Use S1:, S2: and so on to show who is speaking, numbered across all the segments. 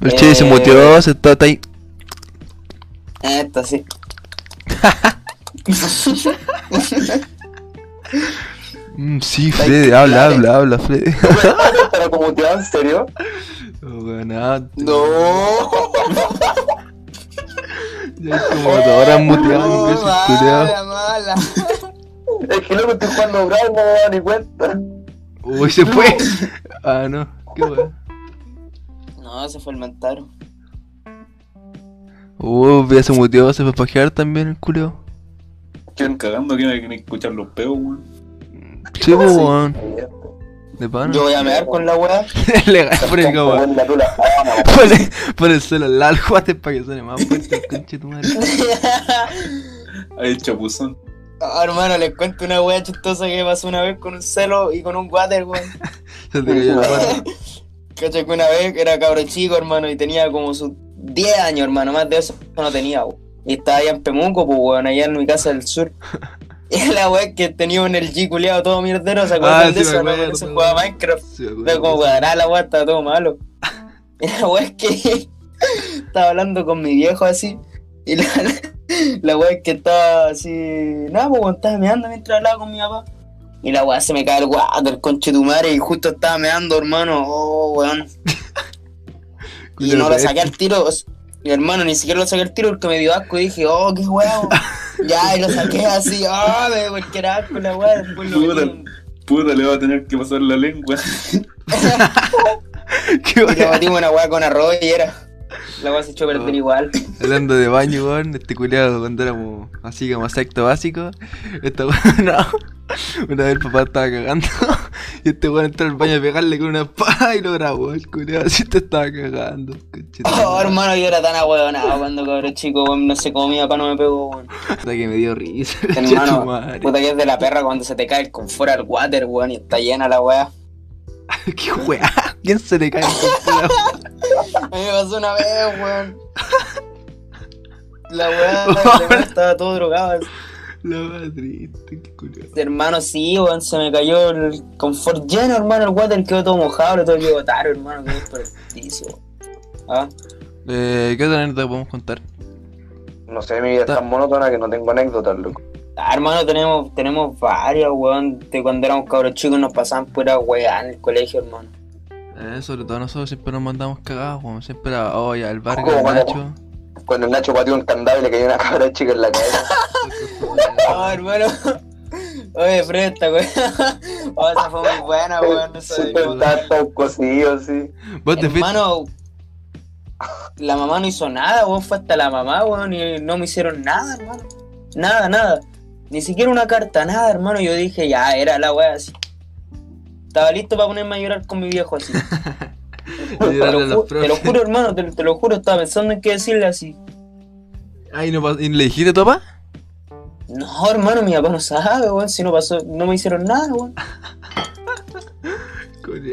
S1: El Chile se muteó, se está, está ahí.
S2: Esto sí.
S1: Mm, sí, Fede, habla, habla, habla, Fede.
S2: ¿Pero como te en serio?
S1: No, weón, ah,
S2: No.
S1: ya es como dos horas muteado, imbécil, culiao.
S3: mala.
S2: Es que loco estoy jugando Brawl, no me he dado ni cuenta.
S1: Uy, se fue. Ah, no, qué weón.
S3: No, se fue el Mantaro.
S1: Uh, ya se muteó, se fue a pajear también el culiao.
S4: Quedan cagando, quieren escuchar los peos, weón.
S1: Sí, po, weón, de pana.
S2: Yo voy a mear con la weá.
S1: Le gané por el weón.
S2: La tula.
S1: Ponle, ponle el celular al guate para que suene más fuerte el conche tu madre.
S4: Ahí chapuzón.
S3: Ah, hermano, les cuento una wea chistosa que pasó una vez con un celo y con un water, weón.
S1: Se te cayó el guate.
S3: Cacha que una vez era cabro chico, hermano, y tenía como sus 10 años, hermano, más de eso no tenía, weón. Y estaba allá en Pemunco, pues, weón, allá en mi casa del sur. Y la wea que tenía un el G culeado todo mierdero, ¿se acuerdan
S1: Ah, sí
S3: de
S1: me
S3: eso? no,
S1: acuerdo,
S3: Cuando se
S1: weón.
S3: jugaba Minecraft.
S1: Sí, me
S3: Pero
S1: acuerdo.
S3: como cuadrar la weá estaba todo malo. Y la weá es que estaba hablando con mi viejo así. Y la, la weá es que estaba así. Nada, pues weón, estaba meando mientras hablaba con mi papá. Y la weá se me cae el water, conche tu madre. Y justo estaba meando, hermano. Oh, weón. Y
S1: Culiao,
S3: no lo
S1: weón.
S3: saqué al tiro. Mi hermano ni siquiera lo saqué al tiro porque me dio asco y dije, oh, qué weón. ya, y lo saqué así, oh, me cualquier asco la weá. Después lo metí en-
S4: Puta, le va a tener que pasar la lengua.
S1: Pues Qué
S3: Y le
S1: weón.
S3: batimos una weá con arroz y era. La weá se echó a perder igual.
S1: Hablando de baño, weón, este culiado cuando éramos así como sexto básico, esta weón, no. Una vez el papá estaba cagando y este weón entró al baño a pegarle con una espada y lo grabó. El culiado así te estaba cagando. conche tu
S3: Oh,
S1: madre.
S3: hermano, yo era tan ahueonado cuando cabrón chico, weón. No sé cómo mi papá no me pegó, weón.
S1: Puta que me dio risa. conche tu
S3: Hermano,
S1: madre.
S3: puta que es de la perra cuando se te cae el confort al water, weón, y está llena la weá.
S1: Qué weá. ¿Quién se le cae el culiao?
S3: A mí me pasó una vez, weón. La weá, la weá estaba todo drogado. así.
S1: La madre triste, qué culiao.
S3: Hermano, sí, weón, se me cayó el confort lleno, hermano. El water quedó todo mojado, lo tuve que botar, hermano, quedó por el piso. Ah,
S1: Eh, ¿qué otra anécdota podemos contar?
S2: No sé, mi vida es tan monótona que no tengo anécdotas, loco.
S3: Ah, hermano, tenemos, tenemos varias, weón. De cuando éramos cabros chicos nos pasaban pura weá en el colegio, hermano.
S1: Eh, sobre todo nosotros siempre nos mandamos cagados, weón. Siempre era, oh, ya, el barrio
S2: ¿Cómo,
S1: de
S2: weón?
S1: Nacho.
S2: Cuando el Nacho pateó un candado y le cayó una cabra chica en la cabeza.
S3: Ah, hermano. Oye, presta, weón. Oh, esa fue muy buena, weón. Eso de-
S2: Siempre estaba todo cosido, sí.
S1: Vos te fuiste.
S3: Hermano, la mamá no hizo nada, weón. Fue hasta la mamá, weón. Y no me hicieron nada, hermano. Nada, nada. Ni siquiera una carta, nada, hermano. Yo dije, ya, era la weá así. Estaba listo para ponerme a llorar con mi viejo así.
S1: y
S3: Te
S1: darle a
S3: lo,
S1: los
S3: ju- te lo
S1: profes.
S3: juro, hermano, te, te lo juro, estaba pensando en qué decirle así.
S1: Ay, no pas- ¿Y le dijiste a tu papá?
S3: No, hermano, mi papá no sabe, weón, si no pasó, no me hicieron nada, weón.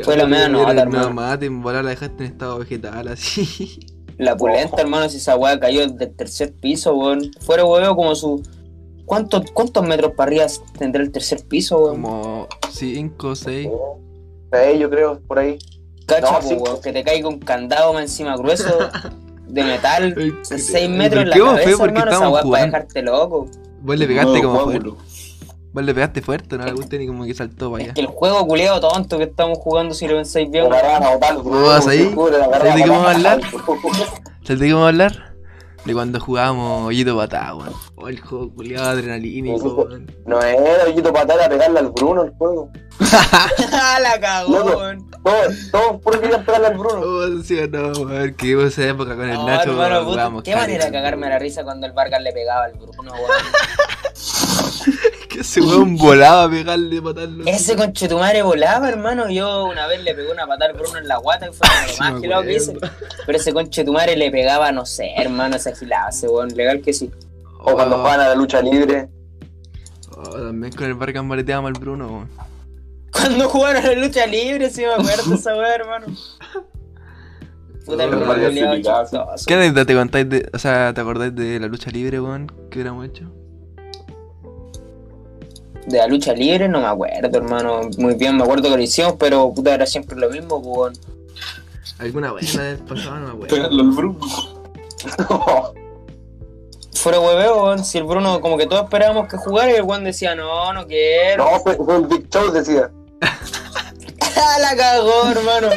S3: Fue la media novata, hermano.
S1: No, mate, en volar la dejaste en estado vegetal, así.
S3: La pulenta, hermano, si esa weá cayó del tercer piso, weón. Fuera, weón, como su... ¿Cuántos, ¿Cuántos metros para arriba tendrá el tercer piso, weón?
S1: Como 5, 6.
S2: Sí, yo creo, por ahí.
S3: Cacha,
S2: no,
S3: po,
S2: sí.
S3: weón, que te caiga un candado más encima grueso de metal,
S1: Ay, qué
S3: 6
S1: terrible.
S3: metros en la
S1: ¿Qué vos, fe?
S3: cabeza,
S1: Porque
S3: hermano, esa
S1: estábamos
S3: weá para
S1: jugando.
S3: dejarte loco.
S1: Vos le pegaste
S4: Nuevo
S1: como fuerte.
S4: coágulo.
S1: Vos le pegaste fuerte, no le gusta ni como que saltó para
S3: Es
S1: allá.
S3: que el juego culeado tonto que estamos jugando, si lo pensáis bien,
S2: Una
S3: weón.
S2: rana o tal.
S1: ¿Vas ahí? ¿Sabes de qué vamos a hablar? ¿Sabes de qué vamos a hablar? De cuando jugábamos hoyito patá, weón. Oh, el juego culiado adrenalínico, weón.
S2: No era Ollito Patara a pegarle al Bruno el juego.
S3: la cagó,
S2: Loco.
S3: weón.
S2: Todos, todos por querían pegarle al Bruno.
S1: Oh, sí o no, weón. Que hubo esa época con el
S3: No,
S1: Nacho,
S3: hermano,
S1: weón,
S3: puta,
S1: jugábamos
S3: qué manera de
S1: caleta,
S3: cagarme la risa cuando el Vargas le pegaba al Bruno, weón.
S1: Que ese weón volaba a pegarle, matarlo.
S3: Ese conchetumare volaba, hermano. Yo una vez le pegué una patada al Bruno en la guata, que fue lo
S1: Sí,
S3: más
S1: me
S3: gilado que hice.
S1: acuerdo.
S3: Pero ese conchetumare le pegaba, no sé, hermano, se agilaba ese weón. Legal que sí.
S2: O
S3: Ah.
S2: cuando
S1: Oh,
S2: juegan a la lucha libre.
S1: oh, también con el Vargas mareteaba al Bruno, weón.
S3: Cuando jugaron la lucha libre, sí me acuerdo esa weón, hermano. Puta, el
S1: Oh,
S3: Bruno
S4: Vargas
S3: culiao
S4: se picaba, sí.
S3: chistoso.
S1: ¿Qué anécdota te contáis de, o sea, te acordáis de la lucha libre, weón, que hubiéramos hecho?
S3: De la lucha libre no me acuerdo, hermano. Muy bien, me acuerdo que lo hicimos, pero puta, era siempre lo mismo, pues, weón.
S1: Alguna buena del pasado, no me acuerdo.
S4: Pegarle al brujo.
S3: Fuera hueveo, weón. Si el Bruno, como que todos esperábamos que jugara y el weón decía, no, no quiero.
S2: no, fue, fue el Big Show, decía.
S3: ¡Ah, la cagó, hermano!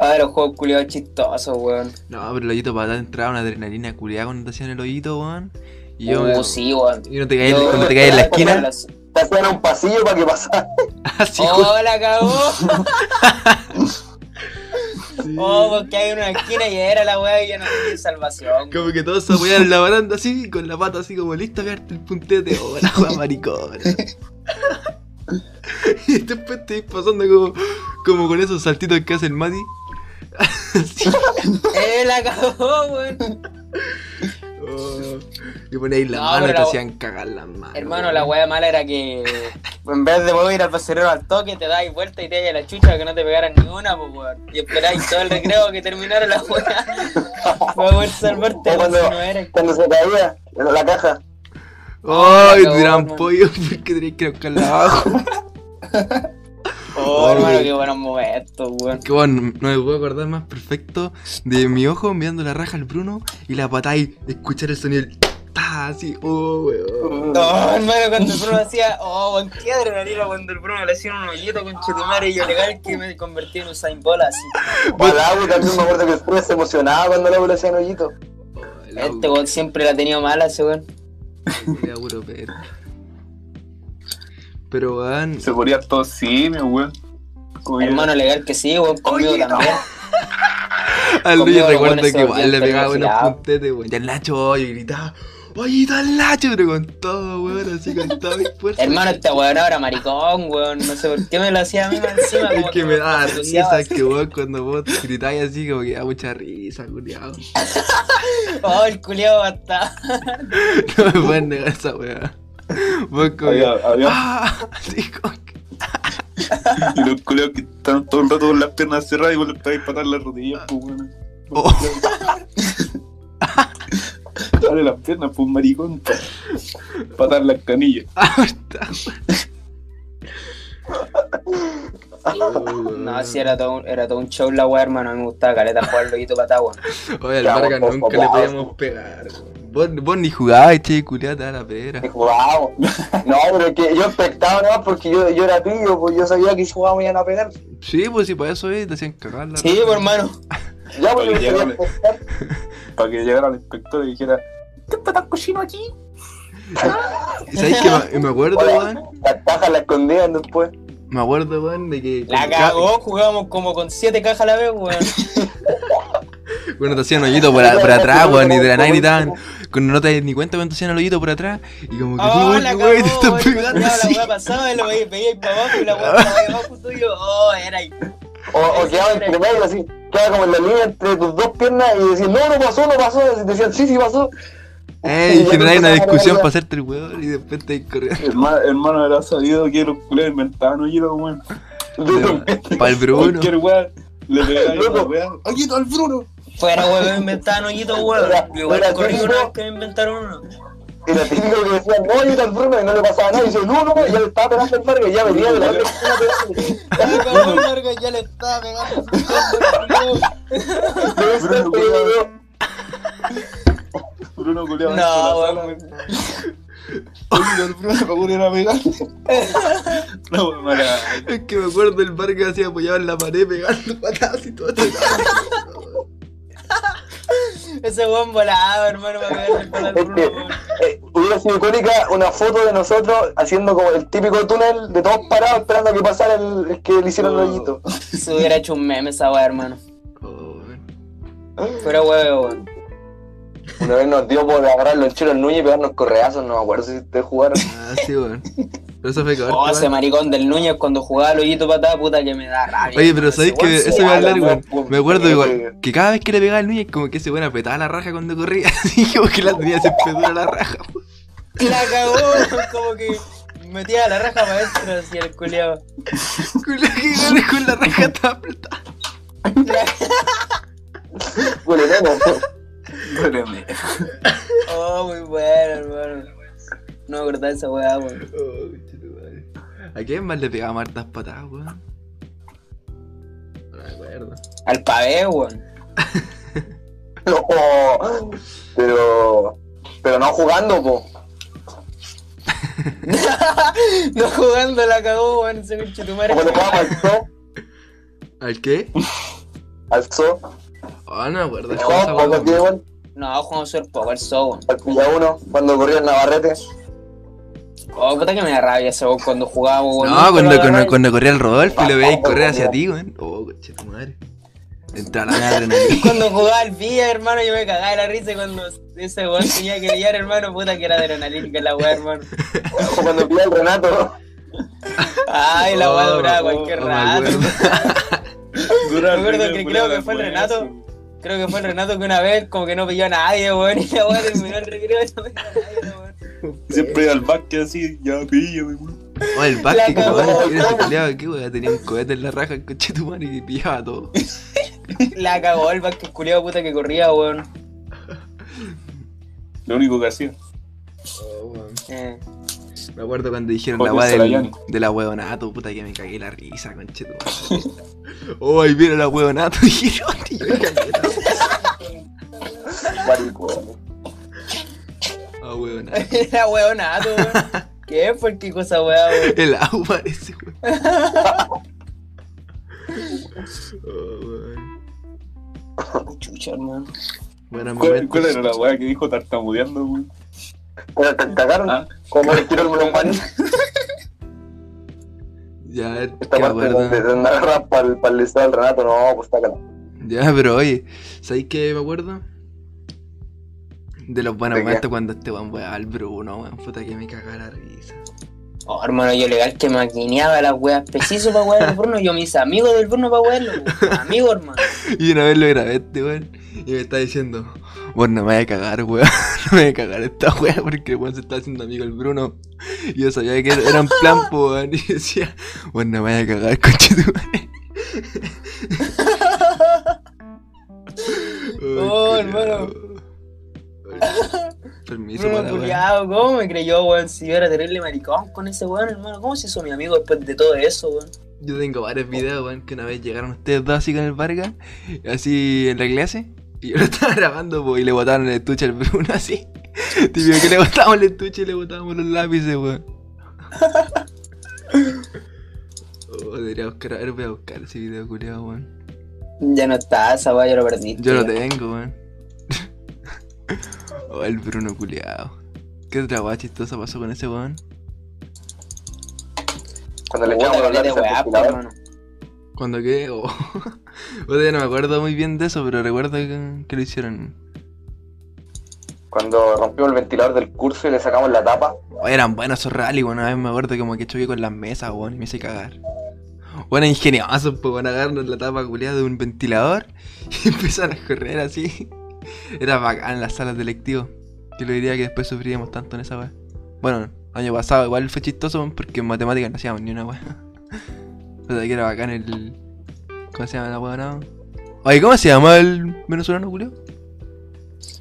S3: Ah, A ver, los juegos culiados chistosos, weón.
S1: No, pero el hoyito para dar entrada una adrenalina culiada cuando te hacían el hoyito, weón. Y yo,
S3: Uh, sí, weón.
S1: y Oh, no te caí,
S3: Yo-
S1: cuando te caí en la esquina.
S3: Las-
S2: Te hacían un pasillo para que pasara.
S1: Así, justo.
S3: ¡Oh, la cagó!
S1: Sí.
S3: Oh, porque hay una esquina y era la weá y ya no tiene salvación.
S1: Como que todos se apoyaron en la baranda así, con la pata así como lista a pegarte el puntete. Oh, la wea maricona. y después te vas pasando como, como con esos saltitos que hace el Mati. Así.
S3: ¡Eh, la cagó, weón!
S1: Oh. Y ponéis la
S3: No,
S1: mano y
S3: pero
S1: te
S3: la-
S1: hacían cagar las manos.
S3: Hermano, la weá mala era que en vez de poder ir al basurero al toque, te dais vuelta y te dais a la chucha para que no te pegaran ni una, pues, weón. Y esperáis todo el recreo que terminara la weá para poder salvarte
S2: O
S3: cuando
S2: cuando-
S3: no eres.
S2: Cuando se caía en la caja.
S1: ¡Ay,
S3: la
S1: te tiran
S3: buena.
S1: pollo! Porque tenías que ir a buscarla abajo.
S3: Oh,
S1: Oh,
S3: hermano,
S1: weón.
S3: qué buenos momentos, weón.
S1: Que bueno, no me puedo acordar más perfecto de mi ojo mirando la raja al Bruno y la patada y escuchar el sonido. del Ta, así, oh, weón.
S3: No, hermano, cuando el Bruno hacía, oh, weón, qué adrenalina cuando el Bruno le hacía un hoyito con Chetumare y yo legal que me convertí en un Saint Bola así.
S2: O al agua también me acuerdo que después se emocionaba cuando el agua le hacían hoyito.
S1: La
S3: Este weón siempre la ha tenido mala ese weón.
S1: Era puro perro. Pero weón,
S4: Se ponía todo simio, weón. Como
S3: Hermano legal que sí, weón, conmigo
S2: Oye, no.
S3: también.
S1: al
S3: conmigo
S1: Luis
S3: los
S1: recuerdo
S3: buenos
S1: que
S3: se
S1: igual le
S3: volvían
S1: pegaba unos
S3: perfilados.
S1: puntetes, weón. Y el Nacho oye, gritaba, oye, está el Nacho, pero con todo, weón, así con toda mi fuerza.
S3: Hermano, este weón ahora maricón, weón. No sé por qué me lo hacía a mí más encima.
S1: es
S3: como
S1: que me daba
S3: entusiasmaba,
S1: risa
S3: así.
S1: que vos cuando vos gritáis así como que da mucha risa, culiado.
S3: Oh, el culiao hasta.
S1: No me puedes negar esa weá. Vos como que-
S4: Había, había
S1: ¡Ah! Así como que-
S4: y los culeos que estaban todo el rato con las piernas cerradas y vos le estabas patar las rodillas, pues weón.
S1: Oh.
S4: Dale las piernas, pues maricón. pa- Patar las canillas.
S1: ¡Ah! está, weón.
S3: No, sí, era todo, un- era todo un show la weá, hermano. A mí me gustaba caleta jugar el hoyito patá, weón.
S1: Oye, al
S2: Ya,
S1: Vargas
S2: vos, vos,
S1: nunca le
S2: vos.
S1: podíamos pegar. weón. Vos, vos ni jugabas, che, culiado, te da la pera.
S2: Y jugábamos. No, pero es que yo expectaba nada porque yo, yo era pillo, pues yo sabía que si jugábamos iban a pegar.
S1: Sí, pues si para eso es, te hacían cagar la
S3: Sí, pues, hermano.
S2: Ya, pues yo
S4: Oye,
S2: sabía
S4: llévame.
S2: pescar.
S4: Para que llegara el inspector y dijera,
S1: ¿Y ¿Sabes qué? Me, me acuerdo, weón.
S2: Las cajas las escondían después.
S1: Me acuerdo, weón, de que.
S3: La
S1: cuando-
S3: cagó, jugábamos como con siete cajas a la vez, weón.
S1: Cuando te hacían hoyito por, a- por atrás, weón, y de la nada gritaban. Cuando no te das ni cuenta cuando te hacían el hoyito por atrás. Y como que,
S3: Oh,
S1: "Uy,
S3: la cagó,
S1: weón, te están
S3: weón.
S1: pegando
S3: Culiao, La
S1: así.
S3: weá pasaba y lo veía veía ir para abajo y la weá estaba abajo tuyo. Oh, era ahí.
S2: O, o quedaba entre medio así, quedaba como en la línea entre tus dos piernas y decían, no, no pasó, no pasó. Y decían, sí, sí pasó.
S1: Eh, y
S2: ya
S1: generar una
S2: empezaba a
S1: discusión
S2: pelear.
S1: para hacerte el weón y después te corriendo.
S4: hermano, hermano era sabido que los culeos inventaban hoyitos, weón.
S1: Para el Bruno.
S4: Cualquier weón. Le pegaban a la weá. ¡Hoyito al Bruno!
S3: Fuera, weón, inventaron hoyitos,
S2: Era-
S3: weón. Igual
S2: era
S3: corrí una
S2: típico.
S3: vez que me inventaron uno.
S2: Y lo típico que decían, no, yo tan Bruno, y no le pasaba nada. Y dice, no, no, y ya le estaba pegando el barrio, y ya venía de la otra esquina pegándole.
S3: ya le estaba pegando
S2: Pero eso es
S4: Bruno,
S2: que yo digo,
S4: Bruno culeaba.
S3: No,
S4: hasta la
S3: weón.
S4: sala, Hoyito al Bruno para poner a pegar. No, weón, mala.
S1: Es que me acuerdo del Vargas así apoyado en la pared pegando patadas y todo.
S3: Ese weón volaba, hermano, para pegarle con el
S2: Es
S3: Bruno,
S2: que
S3: weón.
S2: eh, hubiera sido icónica una foto de nosotros haciendo como el típico túnel de todos parados esperando a que pasara el, el que le hicieron el hoyito.
S3: Se hubiera hecho un meme esa weá, hermano.
S1: Oh, weón.
S3: Pero weón,
S2: Una vez nos dio por agarrar los chinos Núñez y pegarnos correazos, no me acuerdo si te jugaron.
S1: Ah, sí, weón. Pero eso fue que
S3: Oh, ese maricón del Núñez cuando jugaba al hoyito patada, puta que me da rabia.
S1: Oye, pero sabéis
S3: sabéis
S1: que eso iba a
S2: va
S1: hablar,
S2: la
S1: weón.
S2: weón.
S1: Me acuerdo
S2: Sí,
S1: igual
S2: weón.
S1: que cada vez que le pegaba al Núñez, como que ese weón apretaba la raja cuando corría. Así como que la tenía siempre dura la raja, weón.
S3: La cagó, como que metía la raja para adentro, así el culiao.
S1: Con la, que weón, con la raja tan apretada.
S2: Bueno, no, no.
S4: Espérame.
S3: Oh, muy bueno, hermano. No me acordaba de esa weá, weón.
S1: Oh, conchetumare. ¿A quién más le pegaba hartas patadas, weón?
S3: Al pavé, weón.
S2: No, pero. Pero no jugando, po.
S3: no jugando la cagó, weón. Ese pinche tu madre.
S2: Como le jugamos al zoo,
S1: ¿Al qué?
S2: al zoo,
S1: Ah, no me acuerdo.
S2: al juego, cuando
S1: Esa
S2: aquí
S1: hueá,
S2: igual,
S3: No, jugamos súper poco al show, weón.
S2: al pilla uno, cuando corría el Navarrete.
S3: Oh, puta que me da rabia ese weón cuando jugábamos, weón.
S1: No,
S3: Nunca lo
S1: cuando,
S3: agarraba
S1: cuando,
S3: y-
S1: cuando corría el Rodolfo y lo veía correr hacia
S2: Vamos,
S1: ti, weón. Oh, coche tu madre. Entra la madre en el.
S3: Cuando jugaba al Villa, hermano, yo me cagaba de la risa y cuando ese weón tenía que brillar, hermano, puta que era adrenalínica la weá, hermano.
S2: O cuando pilla el Renato.
S3: Ay, la
S1: Oh,
S3: weá duraba cualquier rato.
S4: Duraba
S3: Me acuerdo
S4: el
S3: que
S4: Renato,
S3: creo que
S4: la
S3: fue el
S4: weá,
S3: Renato.
S4: sí.
S3: Creo que fue el Renato que una vez como que no pilló a nadie, weón, y la weá terminó el recreo y no pilló a nadie, weón.
S4: Siempre iba al básquet así, ya píllame, weón.
S1: Oh, el básquet,
S3: La
S1: weón.
S2: cagó.
S1: Era ese culiao, qué weón. Tenía un cohete en la raja, el coche tu madre y pillaba todo.
S3: La cagó el basque culiado puta que corría, weón.
S4: Lo único que hacía.
S3: Eh,
S1: Me acuerdo cuando dijeron
S4: Porque
S1: la weá
S4: se la
S1: del,
S4: llevan.
S1: de la huevonato, puta que me cagué la risa, concheto. Oh, ahí viene la huevonato, dijeron, y yo me cagué la
S2: Marico.
S1: Ah, huevonato.
S3: Era weonato, weón. ¿Qué? ¿Por qué cosa weá, weón?
S1: El agua parece, weón. Oh, weón.
S3: Chucha, hermano.
S1: Buenos
S4: ¿Cuál, cuál
S1: momentos.
S4: era la weá que dijo tartamudeando, weón?
S2: Pero te cagaron.
S4: Ah.
S2: Como le tiró el melón
S1: Ya, a ver,
S2: Esta
S1: ¿qué me
S2: parte
S1: acuerdo?
S2: donde se agarra para el listado del Renato, no, pues está cagado.
S1: Ya, pero oye, ¿sabéis qué me acuerdo? De los buenos
S2: ¿De qué?
S1: momentos cuando este weón weá al Bruno, weón, puta que me cagaba la risa.
S3: Oh, hermano, yo legal que maquineaba las weas preciso para wear al Bruno. Yo me hice amigo del Bruno para wearlo. weón. Amigo, hermano.
S1: Y una vez lo grabé este weón y me está diciendo, bueno, no me voy a cagar, weón, no me voy a cagar esta weón porque el weón se está haciendo amigo el Bruno. Y yo sabía que era un plan, po, weón, y decía, bueno, no me voy a cagar, coche tu madre. Ay, culiao.
S3: Oh, hermano.
S1: Permiso
S3: Bruno
S1: para weón.
S3: culiado, ¿cómo me creyó, weón? Si yo era terrible maricón con ese weón, hermano. ¿Cómo se hizo mi amigo después de todo eso, weón?
S1: Yo tengo varios videos, weón, que una vez llegaron ustedes dos así con el Vargas, así en la clase, y yo lo estaba grabando, po, y le botaron el estuche al Bruno así. Típico que le botábamos el estuche y le botábamos los lápices, weón. Oh, debería buscar, a ver, voy a buscar ese video, culiado, weón.
S3: Ya no está esa weá, yo lo perdí.
S1: Yo lo
S3: tío.
S1: tengo, weón. Oh, el Bruno culiado. ¿Qué otra weá chistosa pasó con ese weón?
S2: Cuando le
S3: Puta,
S2: echamos la
S3: caleta de
S2: lápiz
S3: weá, pues,
S2: al
S3: po,
S2: ventilador.
S3: hermano.
S1: ¿Cuándo qué? Oh. Puta, yo no me acuerdo muy bien de eso, pero recuerdo que, que lo hicieron.
S2: Cuando rompimos el ventilador del curso y le sacamos la tapa.
S1: Oh, eran buenos esos rally, weón. Una vez me acuerdo que como que choqué con las mesas, weón, y me hice cagar. Bueno, ingeniosos, pues, van a agarrar la tapa culiada de un ventilador y empiezan a correr así. Era bacán las salas de lectivo. Yo lo diría que después sufríamos tanto en esa weá. Bueno, año pasado igual fue chistoso, weón, porque en matemáticas no hacíamos ni una weá. Pero que era bacán el. ¿Cómo se llama la weá, no? Oye, ¿cómo se llama el venezolano, culio?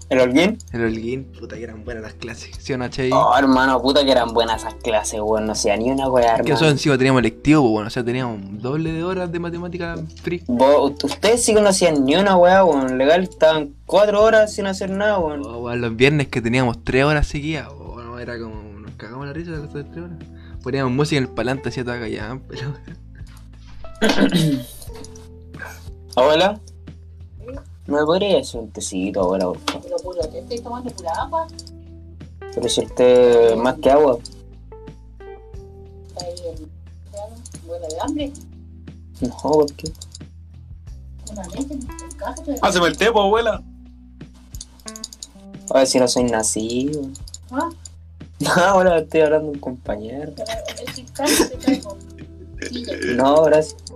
S3: ¿El Holguín?
S1: El Holguín, puta que eran buenas las clases. ¿Sí o no, Che?
S3: Oh, hermano, puta que eran buenas esas clases, weón. No hacía ni una weá,
S1: Que eso
S3: hermano.
S1: encima teníamos lectivo, pues bueno, o sea, teníamos un doble de horas de matemática free.
S3: Vos- ustedes sí que no hacían ni una weá, weón. Legal, estaban cuatro horas sin hacer nada, weón.
S1: O, bueno, los viernes que teníamos tres horas seguidas, o bueno, era como, nos cagamos la risa las tres horas. Poníamos música en el palante, hacía toda callada, pero...
S3: Abuela, ¿me podría hacer un tecito, abuela, por favor?
S5: Pero puro té, estoy tomando pura agua.
S3: Pero si el té es más que agua,
S5: Está ahí el. claro, Muero de hambre.
S3: no, porque.
S5: Una leche, un cajo, pero-
S4: Haceme el tepo, abuela.
S3: A ver si no soy nacido.
S5: Ah,
S3: No, ahora estoy hablando de un compañero.
S5: pero es sin cajo, te traigo. Mira,
S3: No, gracias.